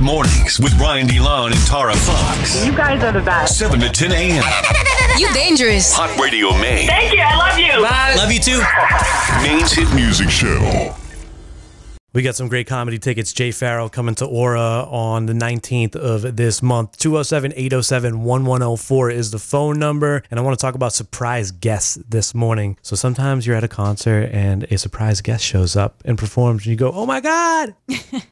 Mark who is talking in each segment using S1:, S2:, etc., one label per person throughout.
S1: Mornings with Brian DeLon and Tara Fox.
S2: You guys are the best.
S1: 7 to 10 a.m.
S3: You dangerous.
S1: Hot Radio Maine.
S2: Thank you. I love you.
S4: Love you too.
S1: Maine's hit music show.
S5: We got some great comedy tickets. Jay Farrell coming to Aura on the 19th of this month. 207 807 1104 is the phone number. And I want to talk about surprise guests this morning. So sometimes you're at a concert and a surprise guest shows up and performs, and you go, Oh my God,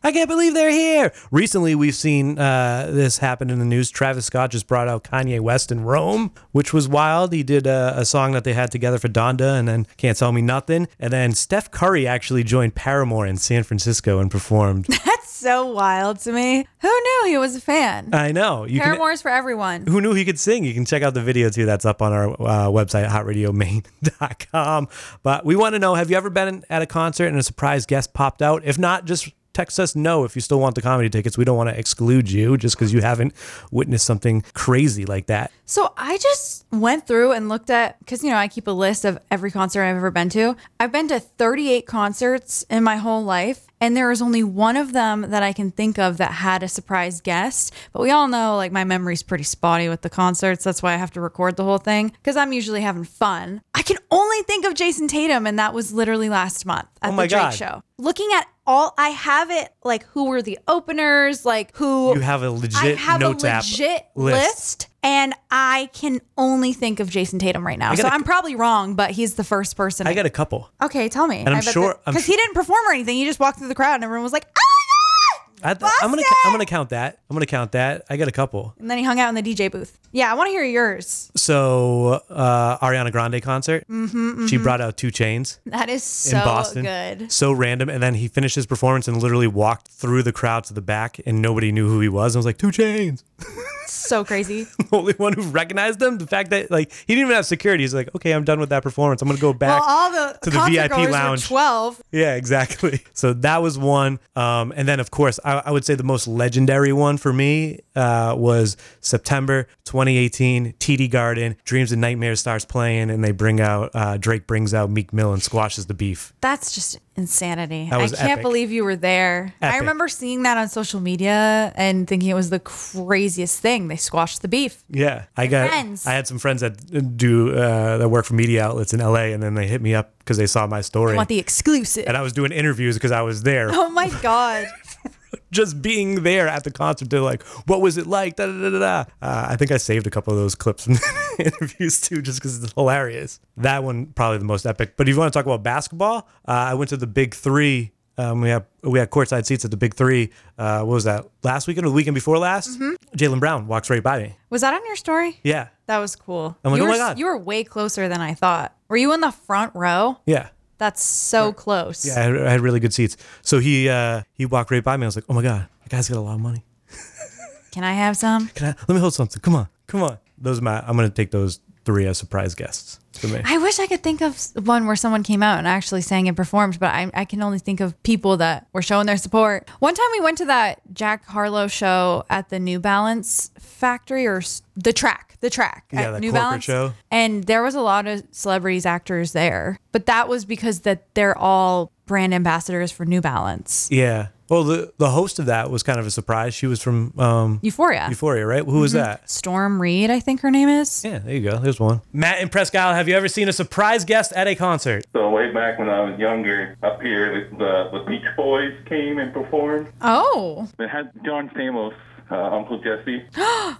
S5: I can't believe they're here. Recently, we've seen uh, this happen in the news. Travis Scott just brought out Kanye West in Rome, which was wild. He did uh, a, a song that they had together for Donda and then Can't Tell Me Nothing. And then Steph Curry actually joined Paramore in San Francisco and performed.
S6: so wild to me. Who knew he was a fan?
S5: I know. You can,
S6: Paramore's for everyone.
S5: Uh, who knew he could sing? You can check out the video too. That's up on our uh, website, hotradiomain.com. But we want to know have you ever been at a concert and a surprise guest popped out? If not, just text us no if you still want the comedy tickets. We don't want to exclude you just because you haven't witnessed something crazy like that.
S6: So I just went through and looked at because you know I keep a list of every concert I've ever been to. I've been to 38 concerts in my whole life, and there is only one of them that I can think of that had a surprise guest. But we all know like my memory's pretty spotty with the concerts. That's why I have to record the whole thing because I'm usually having fun. I can only think of Jason Tatum, and that was literally last month at
S5: Oh my
S6: the Drake
S5: God.
S6: show. Looking at all, I have it like who were the openers, like who
S5: You have a
S6: I
S5: legit
S6: have
S5: notes
S6: a
S5: app
S6: legit
S5: list.
S6: list, and I can only think of Jason Tatum right now.
S5: gotta-
S6: so I'm probably wrong, but he's the first person.
S5: I got a couple.
S6: okay, tell me. And
S5: I'm sure- I'm
S6: because
S5: su-
S6: he didn't perform or anything. He just walked through the crowd, and everyone was like, "Oh my god!"
S5: I th- I'm gonna
S6: Busted!
S5: I'm gonna count that. I'm gonna count that. I got a couple.
S6: And then he hung out in the DJ booth. Yeah, I want to hear yours.
S5: So uh, Ariana Grande concert.
S6: Mm-hmm,
S5: She brought out two chains.
S6: That is
S5: in
S6: so
S5: Boston.
S6: good.
S5: So random. And then he finished his performance and literally walked through the crowd to the back and nobody knew who he was. I was like, Two Chains.
S6: So crazy.
S5: The only one who recognized him. The fact that like he didn't even have security. He's like, Okay, I'm done with that performance. I'm gonna go back.
S6: well, all the
S5: to the
S6: concert
S5: VIP
S6: goers were
S5: lounge.
S6: Twelve.
S5: Yeah, exactly. So that was one. Um, and then, of course, I, I would say the most legendary one for me uh, was September 2018, TD Garden, Dreams and Nightmares starts playing, and they bring out, uh, Drake brings out Meek Mill and squashes the beef.
S6: That's just insanity.
S5: That was
S6: I can't
S5: epic.
S6: believe you were there. I
S5: Epic.
S6: remember seeing that on social media and thinking it was the craziest thing. They squashed the beef.
S5: Yeah, I got.
S6: friends.
S5: I had some friends that do uh, that work for media outlets in LA, and then they hit me up because they saw my story,
S6: I want the exclusive.
S5: and I was doing interviews because I was there,
S6: Oh my god.
S5: just being there at the concert. They're like, "What was it like?" Da, da, da, da, da. Uh, I think I saved a couple of those clips from interviews too, just because it's hilarious. That one probably the most epic. But if you want to talk about basketball, uh, I went to the Big Three. Um, we had we had courtside seats at the Big Three. Uh, what was that? Last weekend or the weekend before last?
S6: Mm-hmm.
S5: Jalen Brown walks right by me.
S6: Was that on your story?
S5: Yeah,
S6: That was cool.
S5: I'm like,
S6: you
S5: oh
S6: were,
S5: my God.
S6: You were way closer than I thought. Were you in the front row?
S5: yeah.
S6: That's so close.
S5: I had, I had really good seats. So he uh, he walked right by me. I was like, oh my god, that guy's got a lot of money.
S6: Can I have some?
S5: Can I? Let me hold something. Come on, come on. Those are my. I'm gonna take those three as surprise guests for me.
S6: I wish I could think of s- one where someone came out and actually sang and performed, but I, I can only think of people that were showing their support. One time we went to that Jack Harlow show at the New Balance factory or s- the track, the track
S5: Yeah,
S6: at
S5: that
S6: New
S5: corporate
S6: Balance
S5: show.
S6: And there was a lot of celebrities, actors there, but that was because that they're all brand ambassadors for New Balance.
S5: Yeah. Well, the the host of that was kind of a surprise. She was from um,
S6: Euphoria. Mm-hmm.
S5: Euphoria, right? Who was that?
S6: Storm Reed, I think her name is.
S5: Yeah, there you go. There's one. Matt and Prescott, have you ever seen a surprise guest at a concert?
S7: So way back when I was younger, up here, the the, the Beach Boys came and performed.
S6: Oh,
S7: It had John Stamos, uh, Uncle Jesse.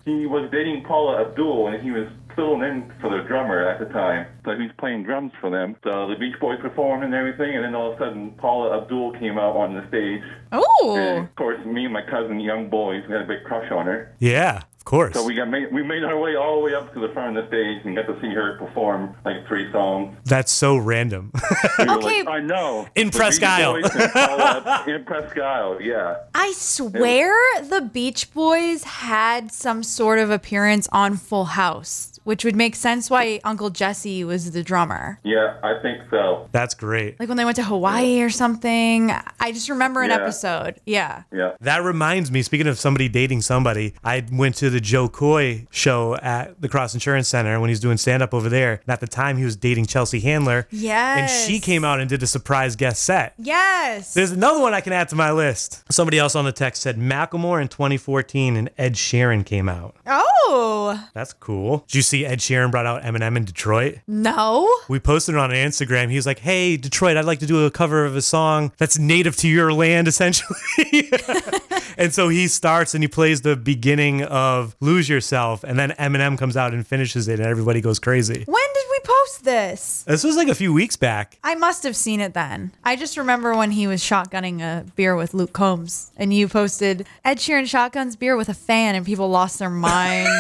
S7: he was dating Paula Abdul, and he was filling in for the drummer at the time. So he was playing drums for them. So the Beach Boys performed and everything, and then all of a sudden, Paula Abdul came out on the stage. And
S6: oh,
S7: of course, me and my cousin, young boys, we had a big crush on her.
S5: Yeah, of course.
S7: So we got made, we made our way all the way up to the front of the stage and got to see her perform like three songs.
S5: That's so random.
S7: We were
S6: Okay.
S7: like, I know.
S5: In
S7: The
S5: Presque
S7: Beach
S5: Isle.
S7: Boys and Paula in Presque Isle, yeah.
S6: I swear the Beach Boys had some sort of appearance on Full House, which would make sense why Uncle Jesse was the drummer.
S7: Yeah, I think so.
S5: That's great.
S6: Like when they went to Hawaii or something. I just remember an
S7: Yeah.
S6: episode. Yeah.
S7: Yeah.
S5: That reminds me, speaking of somebody dating somebody, I went to the Joe Coy show at the Cross Insurance Center when he's doing stand up over there. And at the time, he was dating Chelsea Handler. And she
S6: Yes.
S5: came out and did a surprise guest set.
S6: Yes.
S5: There's another one I can add to my list. Somebody else else on the text said Macklemore in 2014 and Ed Sheeran came out.
S6: Oh,
S5: That's cool. Did you see Ed Sheeran brought out Eminem in Detroit?
S6: no.
S5: We posted it on Instagram. He was like, "Hey, Detroit, I'd like to do a cover of a song that's native to your land, essentially." and so he starts and he plays the beginning of "Lose Yourself," and then Eminem comes out and finishes it, and everybody goes crazy.
S6: When did we post this?
S5: This was like a few weeks back.
S6: I must have seen it then. I just remember when he was shotgunning a beer with Luke Combs, and you posted Ed Sheeran shotguns beer with a fan, and people lost their minds.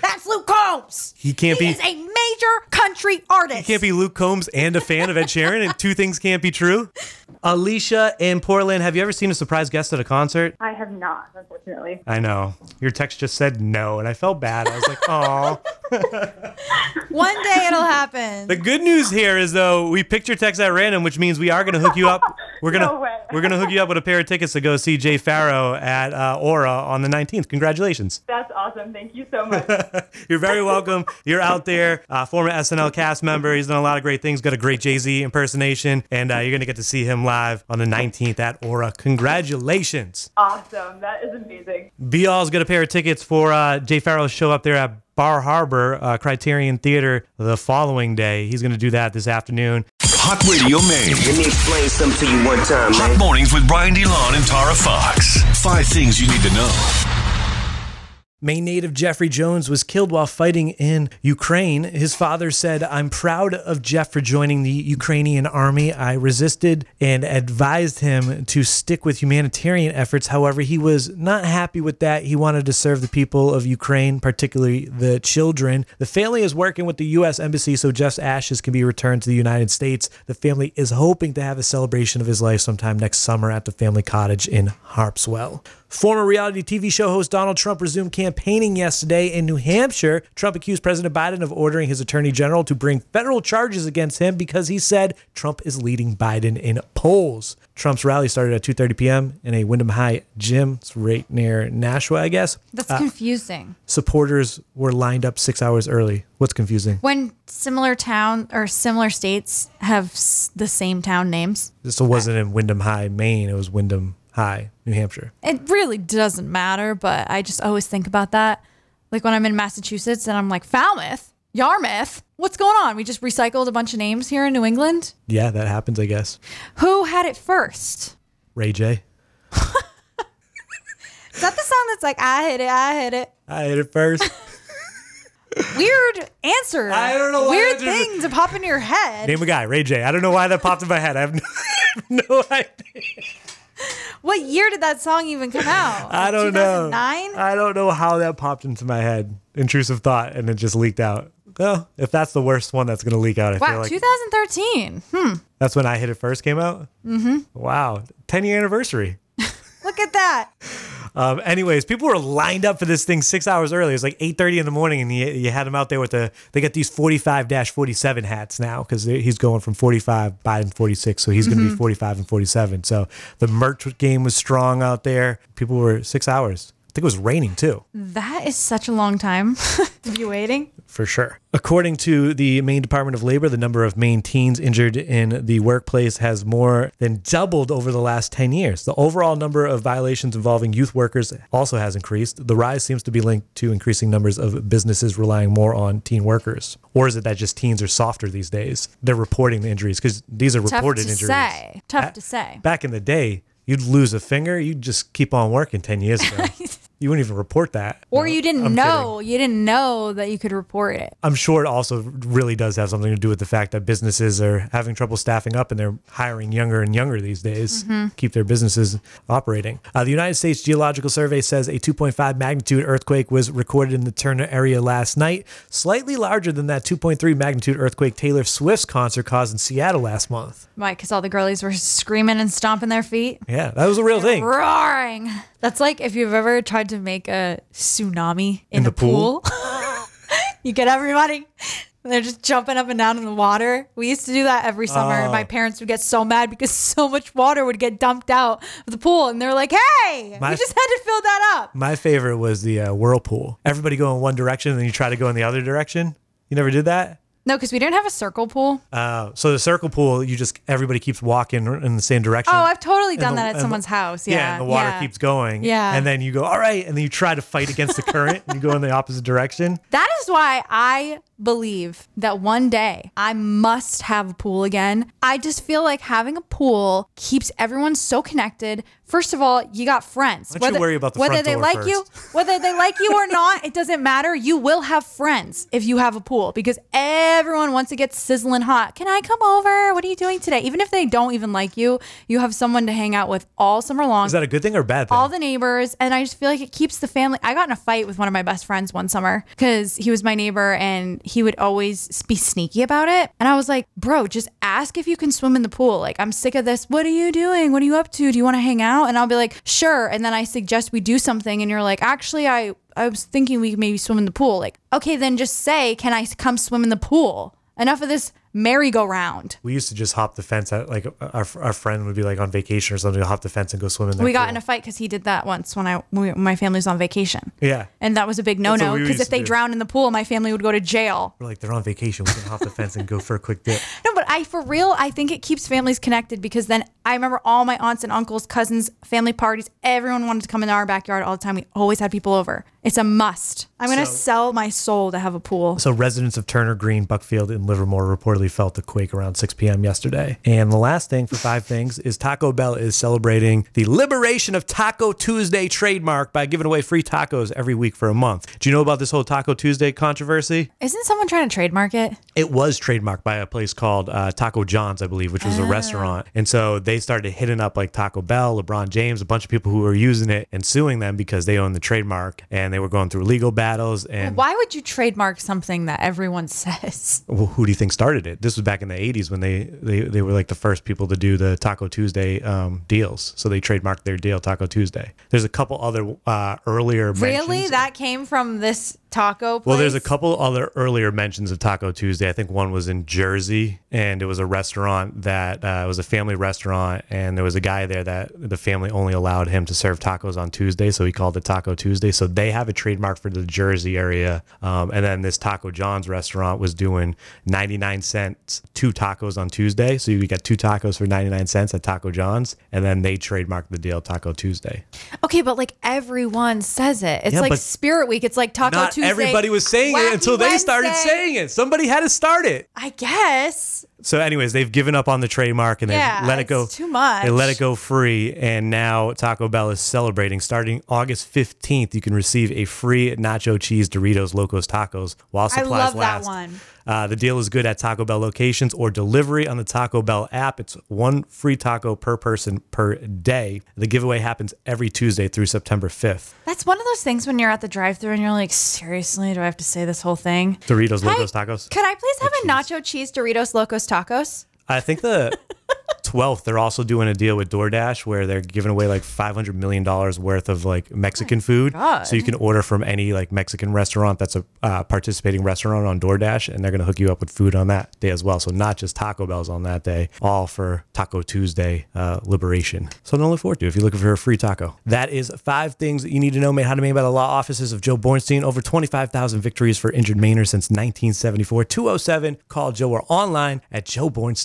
S6: That's Luke Combs.
S5: He can't
S6: He
S5: be.
S6: is a major country artist.
S5: Can't be Luke Combs and a fan of Ed Sheeran, and two things can't be true. Alicia in Portland, have you ever seen a surprise guest at a concert?
S2: I have not, unfortunately.
S5: I know. Your text just said no, and I felt bad. I was like, oh.
S6: One day it'll happen.
S5: The good news here is though we picked your text at random, which means we are gonna hook you up. We're gonna
S2: No way.
S5: we're gonna hook you up with a pair of tickets to go see Jay Farrow at uh, Aura on the 19th. Congratulations!
S2: That's awesome. Thank you so much.
S5: You're very welcome. You're out there, uh, former SNL cast member. He's done a lot of great things. Got a great Jay Z impersonation, and uh, you're gonna get to see him live on the 19th at Aura. Congratulations!
S2: awesome. That is amazing.
S5: Be all's got a pair of tickets for uh, Jay Farrell's show up there at Bar Harbor uh, Criterion Theater the following day. He's gonna do that this afternoon.
S1: Hot Radio Maine.
S4: Let me explain something to you one time,
S1: Hot
S4: man.
S1: mornings with Brian DeLon and Tara Fox. Five things you need to know.
S5: Maine native Jeffrey Jones was killed while fighting in Ukraine. His father said, I'm proud of Jeff for joining the Ukrainian army. I resisted and advised him to stick with humanitarian efforts. However, he was not happy with that. He wanted to serve the people of Ukraine, particularly the children. The family is working with the U.S. Embassy so Jeff's ashes can be returned to the United States. The family is hoping to have a celebration of his life sometime next summer at the family cottage in Harpswell. Former reality TV show host Donald Trump resumed campaigning yesterday in New Hampshire. Trump accused President Biden of ordering his attorney general to bring federal charges against him because he said Trump is leading Biden in polls. Trump's rally started at 2:30 p.m. in a Wyndham High gym. It's right near Nashua, I guess.
S6: That's confusing.
S5: Supporters were lined up 6 hours early. What's confusing?
S6: When similar town or similar states have s- the same town names,
S5: This wasn't in Wyndham High, Maine. It was Wyndham High, New Hampshire.
S6: it really doesn't matter, but I just always think about that. Like when I'm in Massachusetts and I'm like, Falmouth, Yarmouth, what's going on? We just recycled a bunch of names here in New England.
S5: Yeah, that happens, I guess.
S6: Who had it first?
S5: Ray J.
S6: Is that the song that's like, I hit it, I hit it?
S5: I hit it first.
S6: Weird answer.
S5: I don't know why
S6: Weird
S5: I just-
S6: things to pop into your head.
S5: Name a guy, Ray J. I don't know why that popped in my head. I have no, no idea.
S6: what year did that song even come out?
S5: I
S6: Like
S5: don't know.
S6: 2009?
S5: I don't know how that popped into my head. Intrusive thought, and it just leaked out. Well, if that's the worst one that's going to leak out, I feel
S6: Wow,
S5: like
S6: 2013.
S5: that's when I Hit It First came out. Mm-hmm. Wow. 10 year anniversary.
S6: Look at that.
S5: Um, anyways, people were lined up for this thing six hours early. It was like 8.30 in the morning, and you, you had him out there with the, they got these 45-47 hats now because he's going from 45, Biden 46, so he's going to be 45 and 47. So the merch game was strong out there. People were six hours. I think it was raining too.
S6: That is such a long time to be waiting.
S5: For sure. According to the Maine Department of Labor, the number of Maine teens injured in the workplace has more than doubled over the last 10 years. The overall number of violations involving youth workers also has increased. The rise seems to be linked to increasing numbers of businesses relying more on teen workers. Or is it that just teens are softer these days? They're reporting the injuries because these are
S6: Tough
S5: reported
S6: to
S5: injuries.
S6: say. Tough
S5: Ba-
S6: to say.
S5: Back in the day, you'd lose a finger, you'd just keep on working 10 years ago. you wouldn't even report that.
S6: Or
S5: No,
S6: you didn't
S5: I'm kidding.
S6: know. You didn't know that you could report it.
S5: I'm sure it also really does have something to do with the fact that businesses are having trouble staffing up and they're hiring younger and younger these days, keep their businesses operating. Uh, the United States Geological Survey says a 2.5 magnitude earthquake was recorded in the Turner area last night, slightly larger than that 2.3 magnitude earthquake Taylor Swift's concert caused in Seattle last month.
S6: Right, because all the girlies were screaming and stomping their feet.
S5: Yeah, that was a real thing.
S6: Roaring. That's like if you've ever tried to make a tsunami in,
S5: the
S6: a pool. you get everybody. and They're just jumping up and down in the water. We used to do that every summer,
S5: Ah.
S6: and my parents would get so mad because so much water would get dumped out of the pool, and they're like, "Hey,
S5: My-
S6: we just had to fill that up."
S5: My favorite was the uh, whirlpool. Everybody go in one direction and then you try to go in the other direction. You never did that?
S6: No, because we didn't have a circle pool.
S5: Uh, so the circle pool, you just everybody keeps walking in the same direction.
S6: Oh, I've totally done
S5: the-
S6: that at
S5: and the-
S6: someone's house.
S5: Yeah,
S6: Yeah,
S5: and the water
S6: yeah.
S5: keeps going.
S6: Yeah.
S5: and then you go all right, and then you try to fight against the current, and you go in the opposite direction.
S6: That is why I believe that one day I must have a pool again. I just feel like having a pool keeps everyone so connected. First of all, you got friends.
S5: Why don't you worry about the
S6: whether
S5: front
S6: they
S5: door
S6: like you, whether they like you or not, it doesn't matter. You will have friends if you have a pool because everyone once it gets sizzling hot, can I come over? What are you doing today? Even if they don't even like you, you have someone to hang out with all summer long
S5: Is that a good thing or a bad thing?
S6: all the neighbors and i just feel like it keeps the family i got in a fight with one of my best friends one summer because he was my neighbor and he would always be sneaky about it and i was like bro just ask if you can swim in the pool like i'm sick of this what are you doing what are you up to do you want to hang out and i'll be like sure and then i suggest we do something and you're like actually i i was thinking we could maybe swim in the pool like okay then just say can i come swim in the pool enough of this merry-go-round
S5: we used to just hop the fence at like our, our friend would be like on vacation or something, hop the fence and go swim in there.
S6: we got in a fight because he did that once when I when we- my family was on vacation.
S5: Yeah.
S6: and that was a big no
S5: That's what
S6: no
S5: we
S6: because
S5: used
S6: if
S5: to
S6: they
S5: do.
S6: drowned in the pool, my family would go to jail.
S5: We're like they're on vacation. We can hop the fence and go for a quick dip.
S6: No, but I for real, I think it keeps families connected because then I remember all my aunts and uncles, cousins, family parties. Everyone wanted to come in our backyard all the time. We always had people over. It's a must. I'm gonna sell my soul to have a pool.
S5: So residents of Turner Green, Buckfield, and Livermore reportedly felt the quake around 6 p.m. yesterday. And the last thing for five things is Taco Bell is celebrating the liberation of Taco Tuesday trademark by giving away free tacos every week for a month. Do you know about this whole Taco Tuesday controversy?
S6: Isn't someone trying to trademark it?
S5: It was trademarked by a place called uh, Taco John's, I believe, which was
S6: Ah.
S5: a restaurant. And so they started hitting up like Taco Bell, LeBron James, a bunch of people who were using it and suing them because they own the trademark. And they were going through legal
S6: Oh,
S5: battles. And
S6: Why would you trademark something that everyone says?
S5: well, who do you think started it? This was back in the 80s when they, they, they were like the first people to do the Taco Tuesday um, deals. So they trademarked their deal, Taco Tuesday. There's a couple other uh, earlier
S6: Really,
S5: mentions-
S6: that came from this taco. Place?
S5: Well, there's a couple other earlier mentions of Taco Tuesday. I think one was in Jersey, and it was a restaurant that uh, it was a family restaurant, and there was a guy there that the family only allowed him to serve tacos on Tuesday, so he called it Taco Tuesday. So they have a trademark for the Jersey area, um, and then this Taco John's restaurant was doing 99 cents two tacos on Tuesday, so you got two tacos for 99 cents at Taco John's, and then they trademarked the deal Taco Tuesday.
S6: Okay, but like everyone says it. It's
S5: Yeah,
S6: like
S5: but
S6: Spirit Week. It's like Taco
S5: Not
S6: Tuesday.
S5: everybody was saying
S6: Wacky
S5: it until they started
S6: Wednesday.
S5: saying it. Somebody had to start it.
S6: I guess.
S5: So, anyways, they've given up on the trademark and they
S6: Yeah,
S5: let it go.
S6: it's too much.
S5: They let it go free, and now Taco Bell is celebrating. Starting August fifteenth, you can receive a free nacho cheese Doritos Locos Tacos while supplies
S6: love that
S5: last.
S6: one.
S5: Uh, the deal is good at Taco Bell locations or delivery on the Taco Bell app. It's one free taco per person per day. The giveaway happens every Tuesday through September fifth.
S6: That's one of those things when you're at the drive thru and you're like, seriously, do I have to say this whole thing?
S5: Doritos
S6: Hi,
S5: Locos Tacos.
S6: Could I please have a nacho cheese Doritos Locos Tacos?
S5: I think the 12th, they're also doing a deal with DoorDash where they're giving away like $500 million worth of like Mexican food. So you can order from any like Mexican restaurant that's a uh, participating restaurant on DoorDash and they're going to hook you up with food on that day as well. So not just Taco Bell's on that day, all for Taco Tuesday uh, liberation. So don't look forward to it if you're looking for a free taco. That is five things that you need to know made how to made by the law offices of Joe Bornstein. Over 25,000 victories for injured Mainers since 1974. 207, call Joe or online at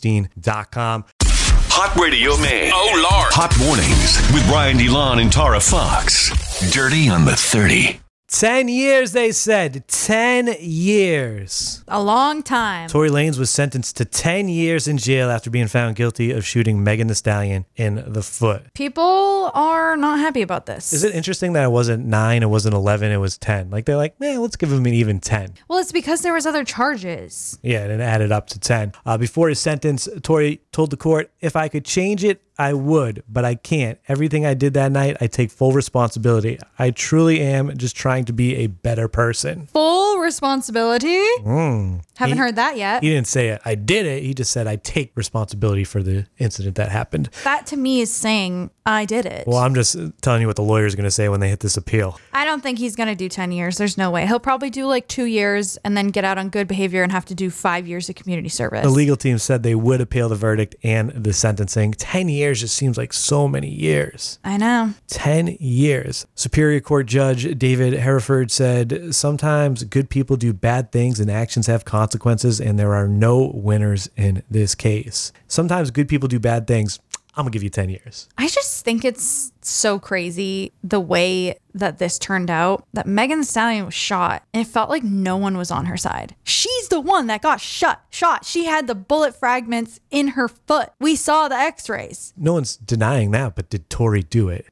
S5: joebornstein.com.
S1: Hot Radio Man. Oh, Lord. Hot Mornings with Brian DeLon and Tara Fox. Dirty on the 30.
S5: 10 years, they said. 10 years.
S6: A long time.
S5: Tory Lanez was sentenced to 10 years in jail after being found guilty of shooting Megan Thee Stallion in the foot.
S6: People are not happy about this.
S5: Is it interesting that it wasn't nine, it wasn't 11, it was 10? Like, they're like, eh, let's give him an even 10.
S6: Well, it's because there was other charges.
S5: Yeah, and it added up to 10. Uh, before his sentence, Tory told the court, if I could change it, I would, but I can't. Everything I did that night, I take full responsibility. I truly am just trying to be a better person.
S6: Full responsibility. Haven't heard that yet.
S5: Mm. He didn't say it. I did it. He just said, I take responsibility for the incident that happened.
S6: That to me is saying I did it.
S5: Well, I'm just telling you what the lawyer's going to say when they hit this appeal.
S6: I don't think he's going to do 10 years. There's no way. He'll probably do like two years and then get out on good behavior and have to do five years of community service.
S5: The legal team said they would appeal the verdict and the sentencing. 10 years years just seems like so many years.
S6: I know.
S5: 10 years. Superior Court Judge David Hereford said, Sometimes good people do bad things and actions have consequences, and there are no winners in this case. Sometimes good people do bad things. I'm going to give you 10 years.
S6: I just think it's so crazy the way that this turned out that Megan Thee Stallion was shot and it felt like no one was on her side. She's the one that got shot, shot. She had the bullet fragments in her foot. We saw the x-rays.
S5: No one's denying that, but did Tory do it?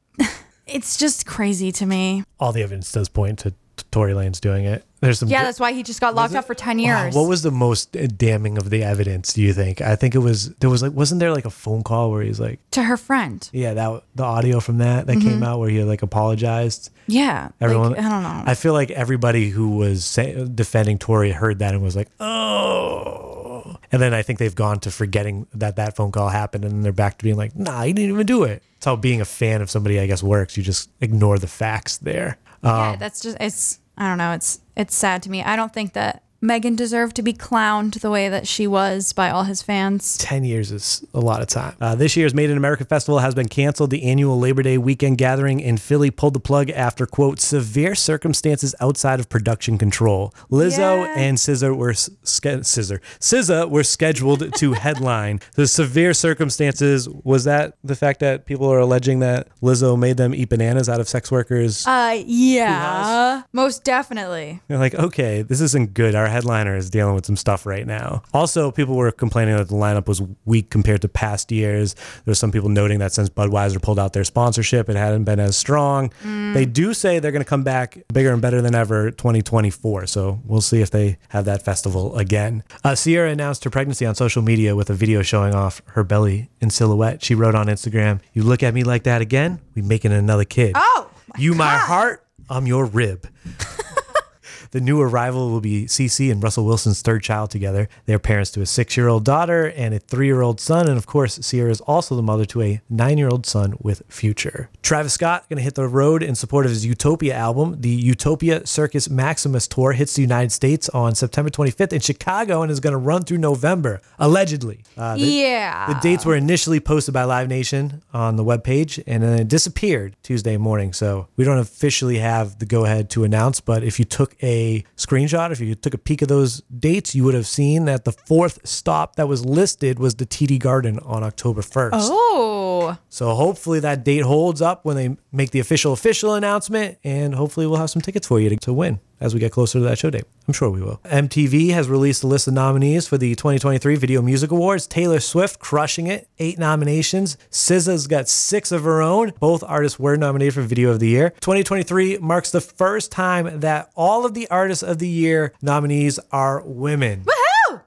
S6: It's just crazy to me.
S5: All the evidence does point to to Tory Lane's doing it. There's some.
S6: Yeah, that's why he just got locked up for 10 years.
S5: Wow, what was the most damning of the evidence, do you think? I think it was, there was like, wasn't there like a phone call where he's like,
S6: to her friend.
S5: yeah, that the audio from that that came out where he like apologized?
S6: Yeah.
S5: Everyone,
S6: like, Mm-hmm. I don't know.
S5: I feel like everybody who was say, defending Tory heard that and was like, "Oh!" And then I think they've gone to forgetting that that phone call happened, and then they're back to being like, "Nah, he didn't even do it." It's how being a fan of somebody, I guess, works. You just ignore the facts there. Uh,
S6: yeah, that's just it's I don't know, it's it's sad to me. I don't think that Megan deserved to be clowned the way that she was by all his fans.
S5: Ten years is a lot of time. Uh, this year's Made in America festival has been canceled. The annual Labor Day weekend gathering in Philly pulled the plug after quote severe circumstances outside of production control. Lizzo
S6: Yeah.
S5: and Scissor were s- ske- Scissor SZA were scheduled to headline. The severe circumstances was that the fact that people are alleging that Lizzo made them eat bananas out of sex workers.
S6: Uh yeah. Most definitely.
S5: They're like, okay, this isn't good. Our headliner is dealing with some stuff right now. Also, people were complaining that the lineup was weak compared to past years. There's some people noting that since Budweiser pulled out their sponsorship, it hadn't been as strong. They do say they're going to come back bigger and better than ever 2024. So we'll see if they have that festival again. Uh, Sierra announced her pregnancy on social media with a video showing off her belly in silhouette. She wrote on Instagram, You look at me like that again, we making another kid.
S6: Oh, my
S5: you my
S6: God.
S5: heart, I'm your rib. The new arrival will be CC and Russell Wilson's third child together. They are parents to a six year old daughter and a three year old son. And of course, Sierra is also the mother to a nine year old son with Future. Travis Scott going to hit the road in support of his Utopia album. The Utopia Circus Maximus tour hits the United States on September 25th in Chicago and is going to run through November, allegedly. Uh, the-
S6: yeah.
S5: the dates were initially posted by Live Nation on the webpage and then it disappeared Tuesday morning. So we don't officially have the go ahead to announce, but if you took a screenshot, if you took a peek of those dates, you would have seen that the fourth stop that was listed was the TD Garden on October 1st.
S6: oh.
S5: So hopefully that date holds up when they make the official official announcement, and hopefully we'll have some tickets for you to, to win as we get closer to that show date. I'm sure we will. MTV has released a list of nominees for the 2023 Video Music Awards. Taylor Swift crushing it, eight nominations. SZA's got six of her own. Both artists were nominated for Video of the Year. 2023 marks the first time that all of the Artists of the Year nominees are women.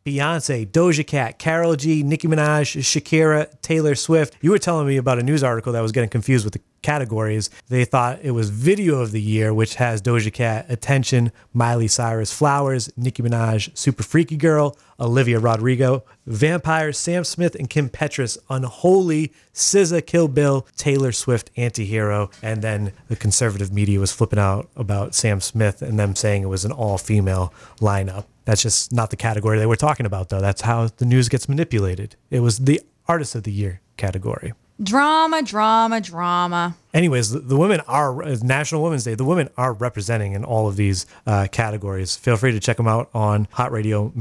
S5: Beyonce, Doja Cat, Carol G, Nicki Minaj, Shakira, Taylor Swift. You were telling me about a news article that was getting confused with the categories. They thought it was Video of the Year, which has Doja Cat, Attention, Miley Cyrus, Flowers, Nicki Minaj, Super Freaky Girl, Olivia Rodrigo, Vampire, Sam Smith, and Kim Petras, Unholy, SZA, Kill Bill, Taylor Swift, Antihero. And then the conservative media was flipping out about Sam Smith and them saying it was an all female lineup. That's just not the category they were talking about, though. That's how the news gets manipulated. It was the Artist of the Year category.
S6: Drama, drama, drama.
S5: Anyways, the, the women are it's National Women's Day. The women are representing in all of these uh, categories. Feel free to check them out on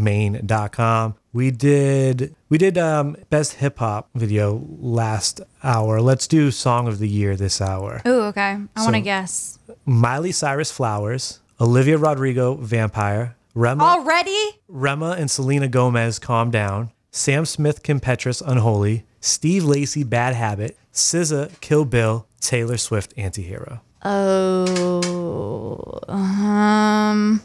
S5: HotRadioMaine.com. We did we did um, best hip hop video last hour. Let's do song of the year this hour.
S6: Ooh, okay. I want to
S5: So-
S6: guess.
S5: Miley Cyrus, Flowers. Olivia Rodrigo, Vampire. Rema
S6: Already?
S5: Rema and Selena Gomez, Calm Down. Sam Smith, Kim Petras, Unholy. Steve Lacy, Bad Habit. SZA, Kill Bill. Taylor Swift, Antihero.
S6: Oh. Um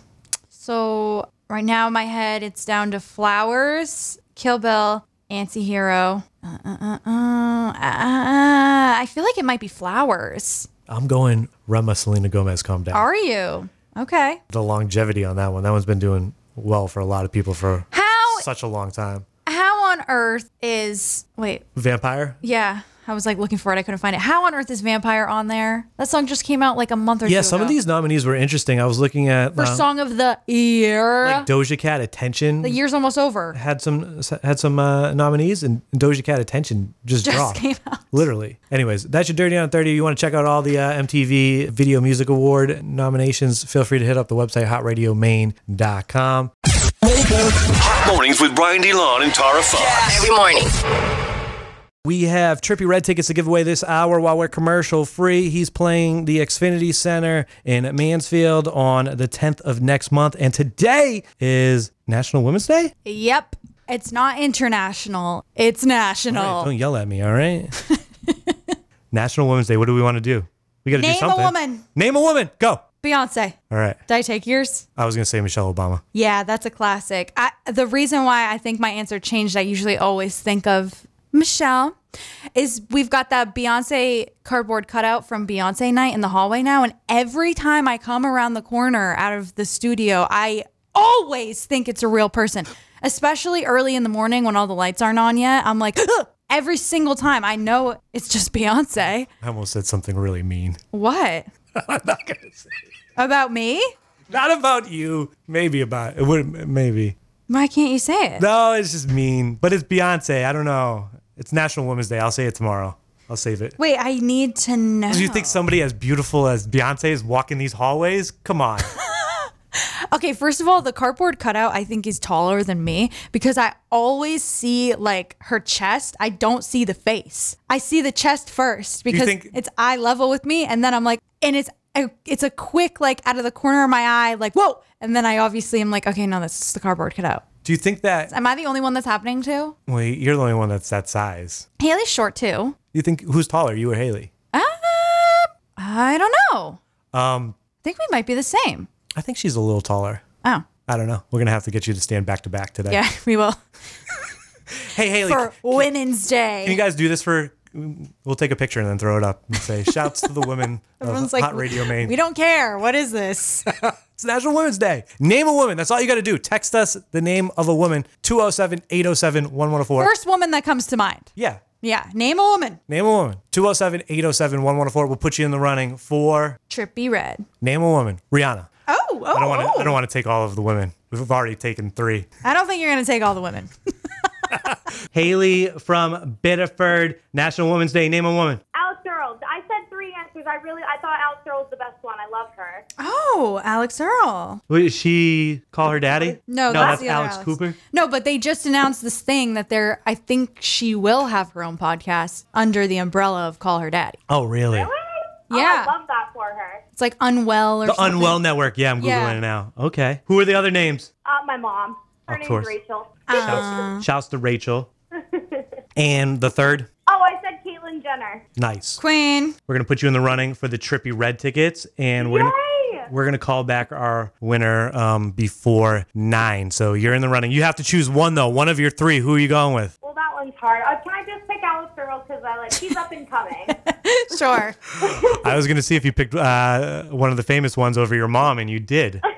S6: so right now in my head it's down to flowers, Kill Bill, Antihero. Uh, uh, uh, uh, uh, I feel like it might be flowers.
S5: I'm going Rema, Selena Gomez, Calm Down.
S6: Are you? Okay.
S5: the longevity on that one. That one's been doing well for a lot of people for
S6: How
S5: such a long time.
S6: how on earth is wait,
S5: Vampire?
S6: yeah. I was like looking for it. I couldn't find it. How on earth is Vampire on there? That song just came out like a month or two
S5: Yeah, some of
S6: ago.
S5: these nominees were interesting. I was looking at
S6: for
S5: uh,
S6: song of the year.
S5: like Doja Cat Attention.
S6: the year's almost over.
S5: had some had some uh, nominees and Doja Cat attention just,
S6: Just
S5: dropped.
S6: came out.
S5: Literally. Anyways, that's your Dirty on 30. You want to check out all the uh, MTV Video Music Award nominations, feel free to hit up the website hotradiomain.com.
S1: Hot mornings with Brian DeLon and Tara Fox.
S3: Every morning.
S5: We have Trippy Red tickets to give away this hour while we're commercial free. He's playing the Xfinity Center in Mansfield on the 10th of next month. And today is National Women's Day?
S6: Yep. It's not international. It's
S5: All right,
S6: national.
S5: don't yell at me, all right? National Women's Day. What do we want to do? We got to do
S6: Name a
S5: something.
S6: woman.
S5: Name a woman. Go. All
S6: Beyonce.
S5: right.
S6: Did I take yours?
S5: I was going to say Michelle Obama.
S6: Yeah, that's a classic. I, the reason why I think my answer changed, I usually always think of Michelle, is we've got that Beyonce cardboard cutout from Beyonce night in the hallway now. And every time I come around the corner out of the studio, I always think it's a real person, especially early in the morning when all the lights aren't on yet. I'm like, every single time I know it's just Beyonce.
S5: I almost said something really mean.
S6: What?
S5: I'm not going to say.
S6: About me?
S5: Not about you. Maybe about it. Would maybe.
S6: Why can't you say it?
S5: No, it's just mean. But it's Beyonce. I don't know. It's National Women's Day. I'll say it tomorrow. I'll save it.
S6: Wait, I need to know.
S5: Do you think somebody as beautiful as Beyonce is walking these hallways? Come on.
S6: Okay, first of all, the cardboard cutout I think is taller than me because I always see like her chest. I don't see the face. I see the chest first
S5: you
S6: because
S5: think-
S6: it's eye level with me, and then I'm like, and it's a, it's a quick like out of the corner of my eye, like whoa, and then I obviously am like, okay, no, that's just the cardboard cutout.
S5: Do you think that?
S6: Am I the only one that's happening to?
S5: Wait, you're the only one that's that size.
S6: Haley's short too.
S5: You think who's taller, you or Haley?
S6: Uh, I don't know.
S5: Um,
S6: I think we might be the same.
S5: I think she's a little taller.
S6: Oh,
S5: I don't know. We're gonna have to get you to stand back to back today.
S6: yeah, we will
S5: Hey Haley,
S6: for Women's Day.
S5: Can you guys do this for? We'll take a picture and then throw it up and say, "Shouts to Oh, the women of
S6: Everyone's like,
S5: Hot Radio Maine."
S6: We don't care. What is this?
S5: it's National Women's Day. Name a woman. That's all you got to do. Text us the name of a woman 207-807-1104.
S6: First woman that comes to mind.
S5: Yeah.
S6: Yeah, name a woman.
S5: Name a woman. 207-807-1104. We'll oh put you in the running for
S6: Trippy Red.
S5: name a woman. Rihanna.
S6: Oh, oh,
S5: I don't want to.
S6: oh.
S5: I don't want to take all of the women. We've already taken three.
S6: I don't think you're gonna take all the women.
S5: Haley from Biddeford. National Women's Day. Name a woman.
S8: Alex Earl. I said three answers. I really, I thought Alex Earl was the best one. I love her.
S6: Oh, Alex Earl.
S5: Wait, she call her daddy?
S6: No, that's, the other
S5: Alex Cooper.
S6: No, but they just announced this thing that they're. I think she will have her own podcast under the umbrella of Call Her Daddy.
S5: Oh, really?
S6: Yeah.
S8: Oh, I love that for her.
S6: It's like Unwell or
S5: The
S6: something.
S5: Unwell Network. Yeah, I'm googling
S6: Yeah.
S5: it now. Okay. Who are the other names?
S8: Uh, my mom. Her
S5: Of
S8: name's
S5: course.
S8: Rachel.
S2: Uh,
S6: Uh.
S5: Shouts, shouts to Rachel. and the third.
S8: Oh, I said Caitlyn Jenner.
S5: Nice.
S6: Queen.
S5: We're gonna put you in the running for the trippy red tickets, and we're
S8: Yay!
S5: gonna we're gonna call back our winner um, before nine. So you're in the running. You have to choose one though. One of your three. Who are you going with?
S8: Well, that one's hard. Uh, can I just pick Alex Earl because I like she's up and coming.
S6: Sure.
S5: I was gonna see if you picked uh, one of the famous ones over your mom, and you did.
S8: well,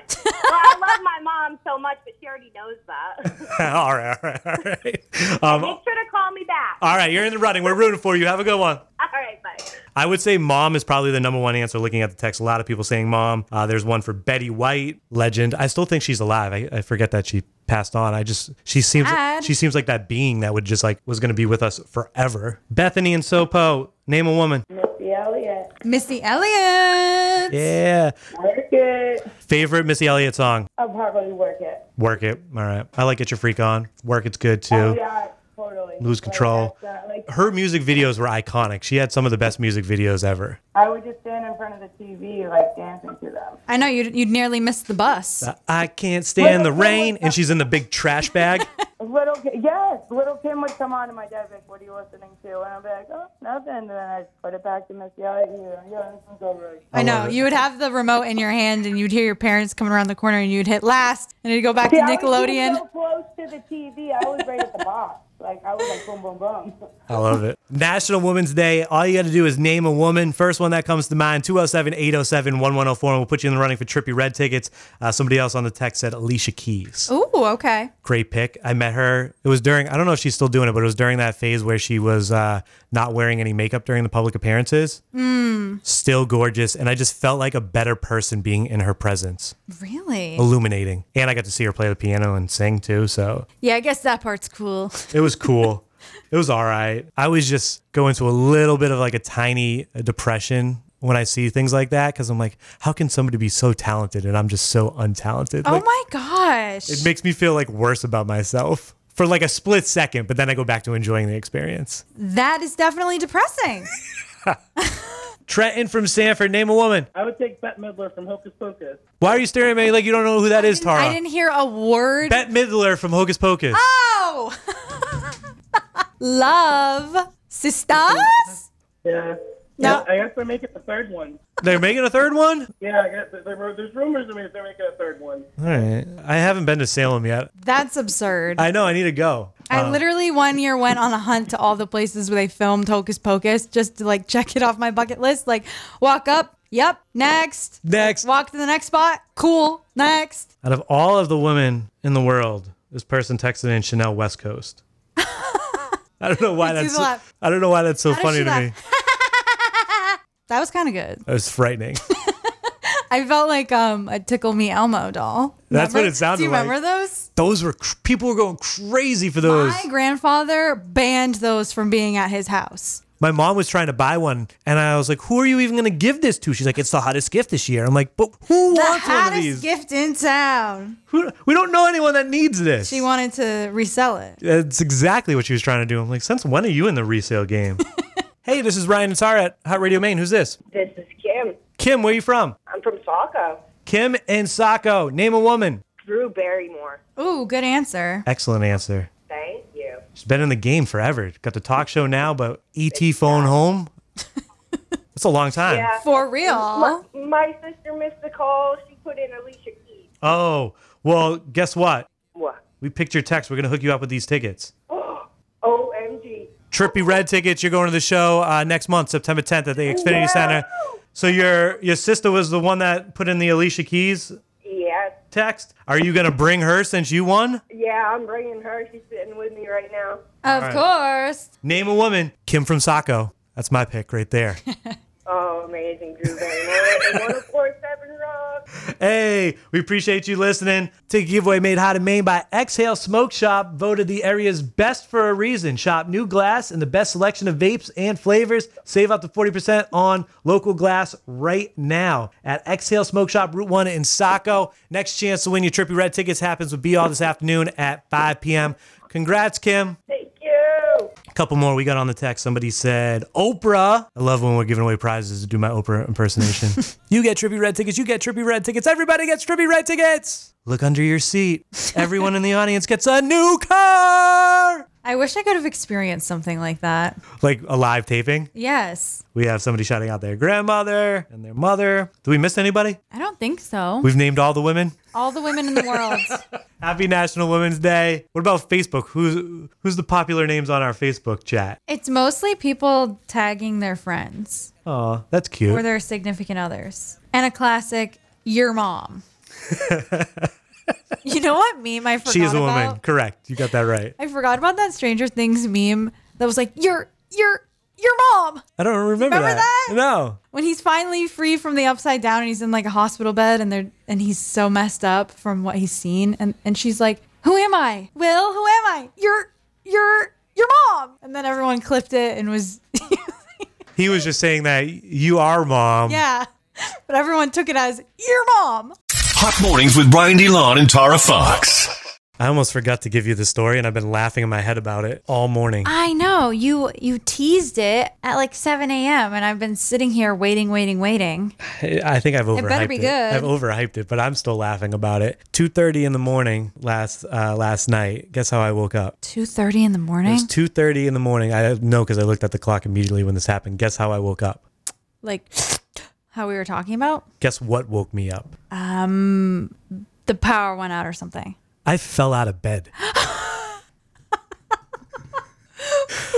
S8: I love my mom so much, but she already knows that.
S5: all right, all right, all right. Um,
S8: Make sure to call me back.
S5: all right, you're in the running. We're rooting for you. Have a good one.
S8: All right, bye.
S5: I would say mom is probably the number one answer looking at the text. A lot of people saying mom. Uh, there's one for Betty White, legend. I still think she's alive. I, I forget that she passed on. I just she seems
S6: Sad.
S5: she seems like that being that would just like was going to be with us forever. Bethany and Sopo, name a woman.
S2: Missy Elliott.
S6: Missy Elliott.
S5: Yeah.
S2: Work it.
S5: Favorite Missy Elliott song?
S2: I'll probably work it.
S5: Work it. All right. I like Get Your Freak On. Work it's good too.
S2: Oh, Yeah, totally.
S5: Lose control.
S2: Like, that's, uh, like,
S5: Her music videos were iconic. She had some of the best music videos ever.
S2: I would just stand in front of the TV, like dancing to them.
S6: I know you'd, you'd nearly missed the bus.
S5: I can't stand the rain, and she's in the big trash bag.
S2: Little Ki- yes, little Kim would come on to my dad, be like, "What are you listening to?" And I'd be like, "Oh, nothing." And then I'd put it back to Miss Elliott. Yeah, yeah, this is all right.
S6: I know. Oh, You would have the remote in your hand and you'd hear your parents coming around the corner and you'd hit last and it'd go back
S2: See, I
S6: to
S2: was
S6: Nickelodeon.
S2: So close to the TV, I was right at the box. Like I was like, boom, boom, boom.
S5: I love it. National Women's Day. All you got to do is name a woman. First one that comes to mind, 207 807
S6: Oh.
S5: 1104. And we'll put you in the running for Trippy Red tickets. Uh, somebody else on the text said Alicia Keys.
S6: Ooh, okay.
S5: great pick. I met her. It was during I don't know if she's still doing it, but it was during that phase where she was uh, not wearing any makeup during the public appearances.
S6: Hmm.
S5: Still gorgeous, and I just felt like a better person being in her presence,
S6: Really?
S5: Oh. illuminating. And I got to see her play the piano and sing too, so
S6: Yeah, I guess that part's cool.
S5: it was cool. it was all right. I was just going to a little bit of like a tiny uh, depression when I see things like that because I'm like, how can somebody be so talented and I'm just so untalented?
S6: Oh
S5: Like,
S6: my gosh.
S5: it makes me feel like worse about myself for like a split second, but then I go back to enjoying the experience.
S6: that is definitely depressing.
S5: Trenton from Sanford, name a woman.
S9: I would take Bette Midler from Hocus Pocus.
S5: Why are you staring at me like you don't know who that is, Tara?
S6: I didn't hear a word.
S5: Bette Midler from Hocus Pocus.
S6: Oh! Love. Sisters?
S9: Yeah.
S6: No.
S9: I guess they're making the third one.
S5: They're making a third one?
S9: Yeah, I guess there, there, there's rumors that they're making a third one.
S5: All right. I haven't been to Salem yet.
S6: That's absurd.
S5: I uh, know, I need to go.
S6: I literally one year went on a hunt to all the places where they filmed Hocus Pocus just to like check it off my bucket list. Like, walk up, yep, next.
S5: Next.
S6: Walk to the next spot, cool, next.
S5: Out of all of the women in the world, this person texted in Chanel West Coast. I don't know why
S6: Let's do
S5: that's
S6: the
S5: so,
S6: laugh.
S5: I don't know why that's so
S6: How does
S5: funny
S6: she
S5: to me.
S6: That was kind of good.
S5: That was frightening.
S6: I felt like um, a Tickle Me Elmo doll.
S5: That's what
S6: Remember?
S5: it sounded
S6: Do you
S5: like.
S6: remember those?
S5: those were cr- people were going crazy for those.
S6: My grandfather banned those from being at his house.
S5: my mom was trying to buy one and I was like, "Who are you even going to give this to?" She's like, "It's the hottest gift this year." I'm like, "But who
S6: The
S5: wants one of
S6: hottest
S5: these?
S6: gift in town.
S5: Who- we don't know anyone that needs this."
S6: She wanted to resell it.
S5: That's exactly what she was trying to do. I'm like, "Since when are you in the resale game?" hey, this is Ryan and Sarah at Hot Radio Maine. Who's this?
S10: This is Kim.
S5: Kim, where are you from?
S10: I'm from Saco.
S5: Kim and Sacco. Name a woman.
S10: Drew Barrymore.
S6: Ooh, good answer.
S5: Excellent answer.
S10: Thank you.
S5: She's been in the game forever. Got the talk show now, but ET phone home. That's a long time.
S10: Yeah.
S6: For real.
S10: My, my sister missed the call. She put in Alicia Keys.
S5: Oh, well, guess what?
S10: What?
S5: We picked your text. We're going to hook you up with these tickets.
S10: OMG.
S5: Trippy Red tickets. You're going to the show uh, next month, September 10th at the Xfinity
S10: Wow.
S5: Center. So your your sister was the one that put in the Alicia Keys
S10: Yeah.
S5: text. Are you going to bring her since you won?
S10: Yeah, I'm bringing her. She's sitting with me right now.
S6: Of course.
S5: Name a woman. Kim from Saco. That's my pick right there.
S10: Oh, amazing. Drew Barrymore. and 1047 Rock.
S5: Hey, we appreciate you listening. Ticket giveaway made hot in Maine by Exhale Smoke Shop, voted the area's best for a reason. Shop new glass and the best selection of vapes and flavors. Save up to 40% on local glass right now at Exhale Smoke Shop, Route 1 in Saco. Next chance to win your Trippy Red tickets happens with Be All this afternoon at 5 p.m. Congrats, Kim.
S10: Thank you.
S5: A couple more we got on the text. Somebody said, Oprah. I love when we're giving away prizes to do my Oprah impersonation. you get Trippy Red tickets. You get Trippy Red tickets. Everybody gets Trippy Red tickets. Look under your seat. Everyone in the audience gets a new car.
S6: I wish I could have experienced something like that.
S5: Like a live taping.
S6: Yes.
S5: We have somebody shouting out their grandmother and their mother. Do we miss anybody?
S6: I don't think so.
S5: We've named all the women.
S6: All the women in the world.
S5: Happy National Women's Day. What about Facebook? Who's who's the popular names on our Facebook chat?
S6: it's mostly people tagging their friends
S5: Oh, that's
S6: or
S5: cute.
S6: their significant others. And a classic, your mom. you know what meme I forgot
S5: She is a woman.
S6: about?
S5: Correct. You got that right.
S6: I forgot about that Stranger Things meme that was like, your, your, your mom.
S5: I don't remember,
S6: Remember that?
S5: No.
S6: When he's finally free from the upside down and he's in like a hospital bed and they're and he's so messed up from what he's seen and, and she's like, Who am I? Will, who am I? You're you're your mom and then everyone clipped it and was
S5: He was just saying that you are mom.
S6: Yeah. But everyone took it as your mom.
S1: Hot mornings with Brian DeLon and Tara Fox.
S5: I almost forgot to give you the story, and I've been laughing in my head about it all morning.
S6: I know. You you teased it at like seven AM and I've been sitting here waiting, waiting, waiting.
S5: I I think I've overhyped it.
S6: better be good.
S5: I've overhyped it, but I'm still laughing about it. Two thirty in the morning last uh, last night. Guess how I woke up?
S6: Two thirty in the
S5: It was
S6: morning?
S5: two thirty in the morning. I know because I looked at the clock immediately when this happened. Guess how I woke up?
S6: Like how we were talking about?
S5: Guess what woke me up?
S6: The power went out or something.
S5: I fell out of bed.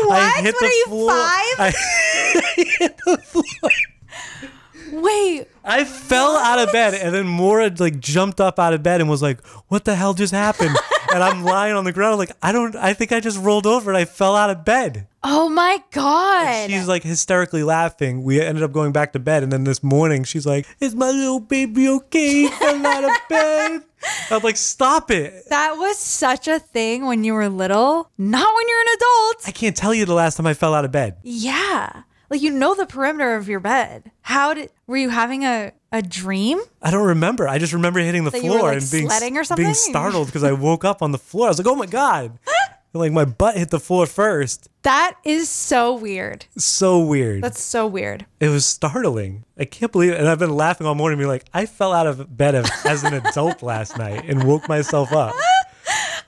S6: What?
S5: I hit
S6: What
S5: the
S6: are you,
S5: floor.
S6: five? Wait,
S5: I fell out of bed, and then Mora like jumped up out of bed and was like, "What the hell just happened?" and I'm lying on the ground like I don't. I think I just rolled over and I fell out of bed.
S6: Oh my god.
S5: She's like hysterically laughing. We ended up going back to bed, and then this morning she's like, "Is my little baby okay? He Fell out of bed." I'm like, "Stop it!
S6: that was such a thing when you were little, not when you're an adult.
S5: I can't tell you the last time I fell out of bed."
S6: Yeah. Like you know the perimeter of your bed. How did were you having a a dream?
S5: I don't remember. I just remember hitting the
S6: That you were,
S5: floor
S6: like,
S5: and being
S6: sledding or something?
S5: being startled because I woke up on the floor. I was like, "Oh my god!" And, like my butt hit the floor first.
S6: That is so weird.
S5: So weird.
S6: That's so weird.
S5: it was startling. I can't believe it. And I've been laughing all morning, being like, I fell out of bed as, as an adult last night and woke myself up.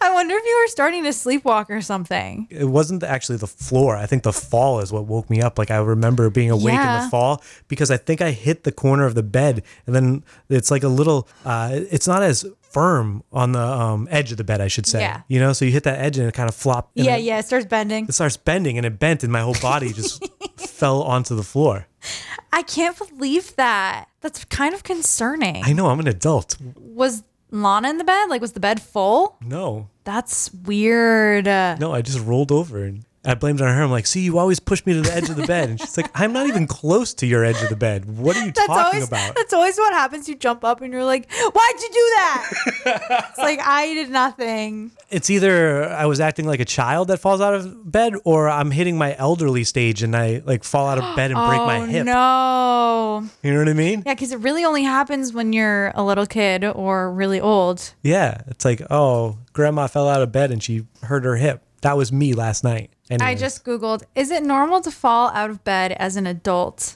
S6: I wonder if you were starting to sleepwalk or something.
S5: It wasn't actually the floor. I think the fall is what woke me up. Like I remember being awake in
S6: Yeah.
S5: the fall because I think I hit the corner of the bed, and then it's like a little. Uh, it's not as firm on the um, edge of the bed, I should say.
S6: Yeah.
S5: You know, so you hit that edge and it kind of flopped. and
S6: yeah,
S5: it-
S6: yeah, it starts bending.
S5: It starts bending and it bent, and my whole body just fell onto the floor.
S6: I can't believe that. That's kind of concerning.
S5: I know I'm an adult.
S6: was Lana in the bed? Like was the bed full?
S5: No,
S6: That's weird. Uh,
S5: No, I just rolled over and I blamed it on her. I'm like, see, you always push me to the edge of the bed. And she's like, I'm not even close to your edge of the bed. What are you
S6: That's
S5: talking
S6: always
S5: about?
S6: that's always what happens. You jump up and you're like, "Why'd you do that?" it's like I did nothing.
S5: It's either I was acting like a child that falls out of bed or I'm hitting my elderly stage and I like fall out of bed and break my
S6: oh
S5: hip.
S6: no!
S5: You know what I mean?
S6: Yeah, because it really only happens when you're a little kid or really old.
S5: Yeah. It's like, oh, grandma fell out of bed and she hurt her hip. That was me last night. Anyways,
S6: I just Googled, is it normal to fall out of bed as an adult?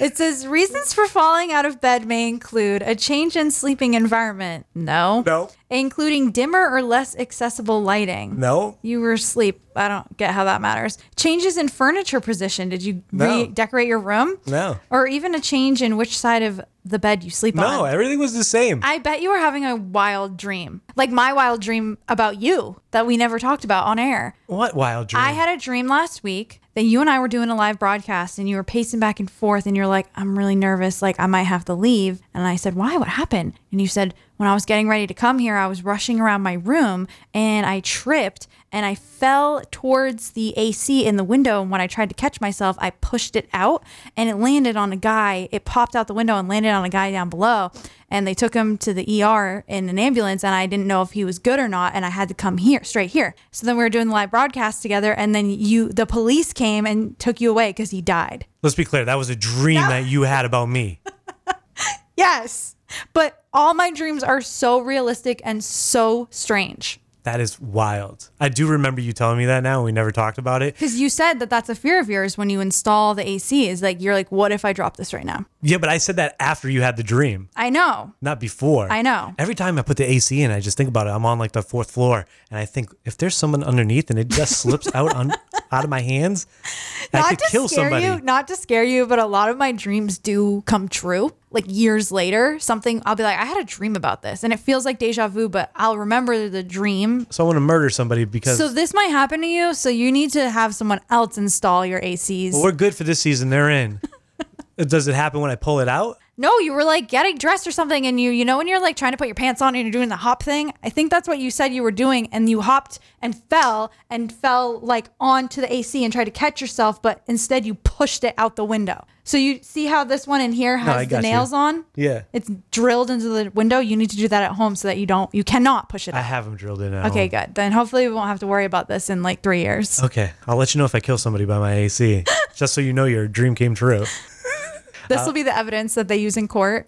S6: it says reasons for falling out of bed may include a change in sleeping environment. No.
S5: No.
S6: Including dimmer or less accessible lighting.
S5: No.
S6: You were asleep. I don't get how that matters. Changes in furniture position. Did you
S5: No.
S6: redecorate your room?
S5: No.
S6: Or even a change in which side of the bed you sleep on.
S5: No, everything was the same.
S6: I bet you were having a wild dream, like my wild dream about you that we never talked about on air.
S5: what wild dream?
S6: I had a dream last week that you and I were doing a live broadcast and you were pacing back and forth and you're like, I'm really nervous. Like, I might have to leave. And I said, Why? What happened? And you said, When I was getting ready to come here, I was rushing around my room and I tripped and I fell towards the AC in the window. And when I tried to catch myself, I pushed it out and it landed on a guy. It popped out the window and landed on a guy down below. And they took him to the ER in an ambulance. And I didn't know if he was good or not. And I had to come here, straight here. So then we were doing the live broadcast together. And then you, the police came and took you away because he died.
S5: Let's be clear. That was a dream that you had about me.
S6: Yes. But all my dreams are so realistic and so strange.
S5: That is wild. I do remember you telling me that now, and we never talked about it.
S6: Because you said that that's a fear of yours when you install the AC is like, you're like, what if I drop this right now?
S5: Yeah, but I said that after you had the dream,
S6: I know.
S5: not before.
S6: I know.
S5: Every time I put the AC in, I just think about it. I'm on like the fourth floor, and I think if there's someone underneath and it just slips out on out of my hands, I could kill
S6: scare
S5: somebody.
S6: you, not to scare you, but a lot of my dreams do come true. Like years later, something I'll be like, I had a dream about this, and it feels like deja vu, but I'll remember the dream.
S5: So I want to murder somebody because
S6: So this might happen to you. So you need to have someone else install your ACs.
S5: we're good for this season. They're in. Does it happen when I pull it out?
S6: no, you were like getting dressed or something, and you, you know, when you're like trying to put your pants on and you're doing the hop thing. I think that's what you said you were doing, and you hopped and fell and fell like onto the AC and tried to catch yourself, but instead you pushed it out the window. So you see how this one in here
S5: I
S6: has
S5: got
S6: the
S5: you.
S6: nails on?
S5: Yeah,
S6: it's drilled into the window. You need to do that at home so that you don't, you cannot push it
S5: I
S6: out.
S5: have them drilled in. At
S6: Okay,
S5: home.
S6: good. Then hopefully we won't have to worry about this in like three years.
S5: Okay, I'll let you know if I kill somebody by my AC, just so you know your dream came true. uh,
S6: This will be the evidence that they use in court.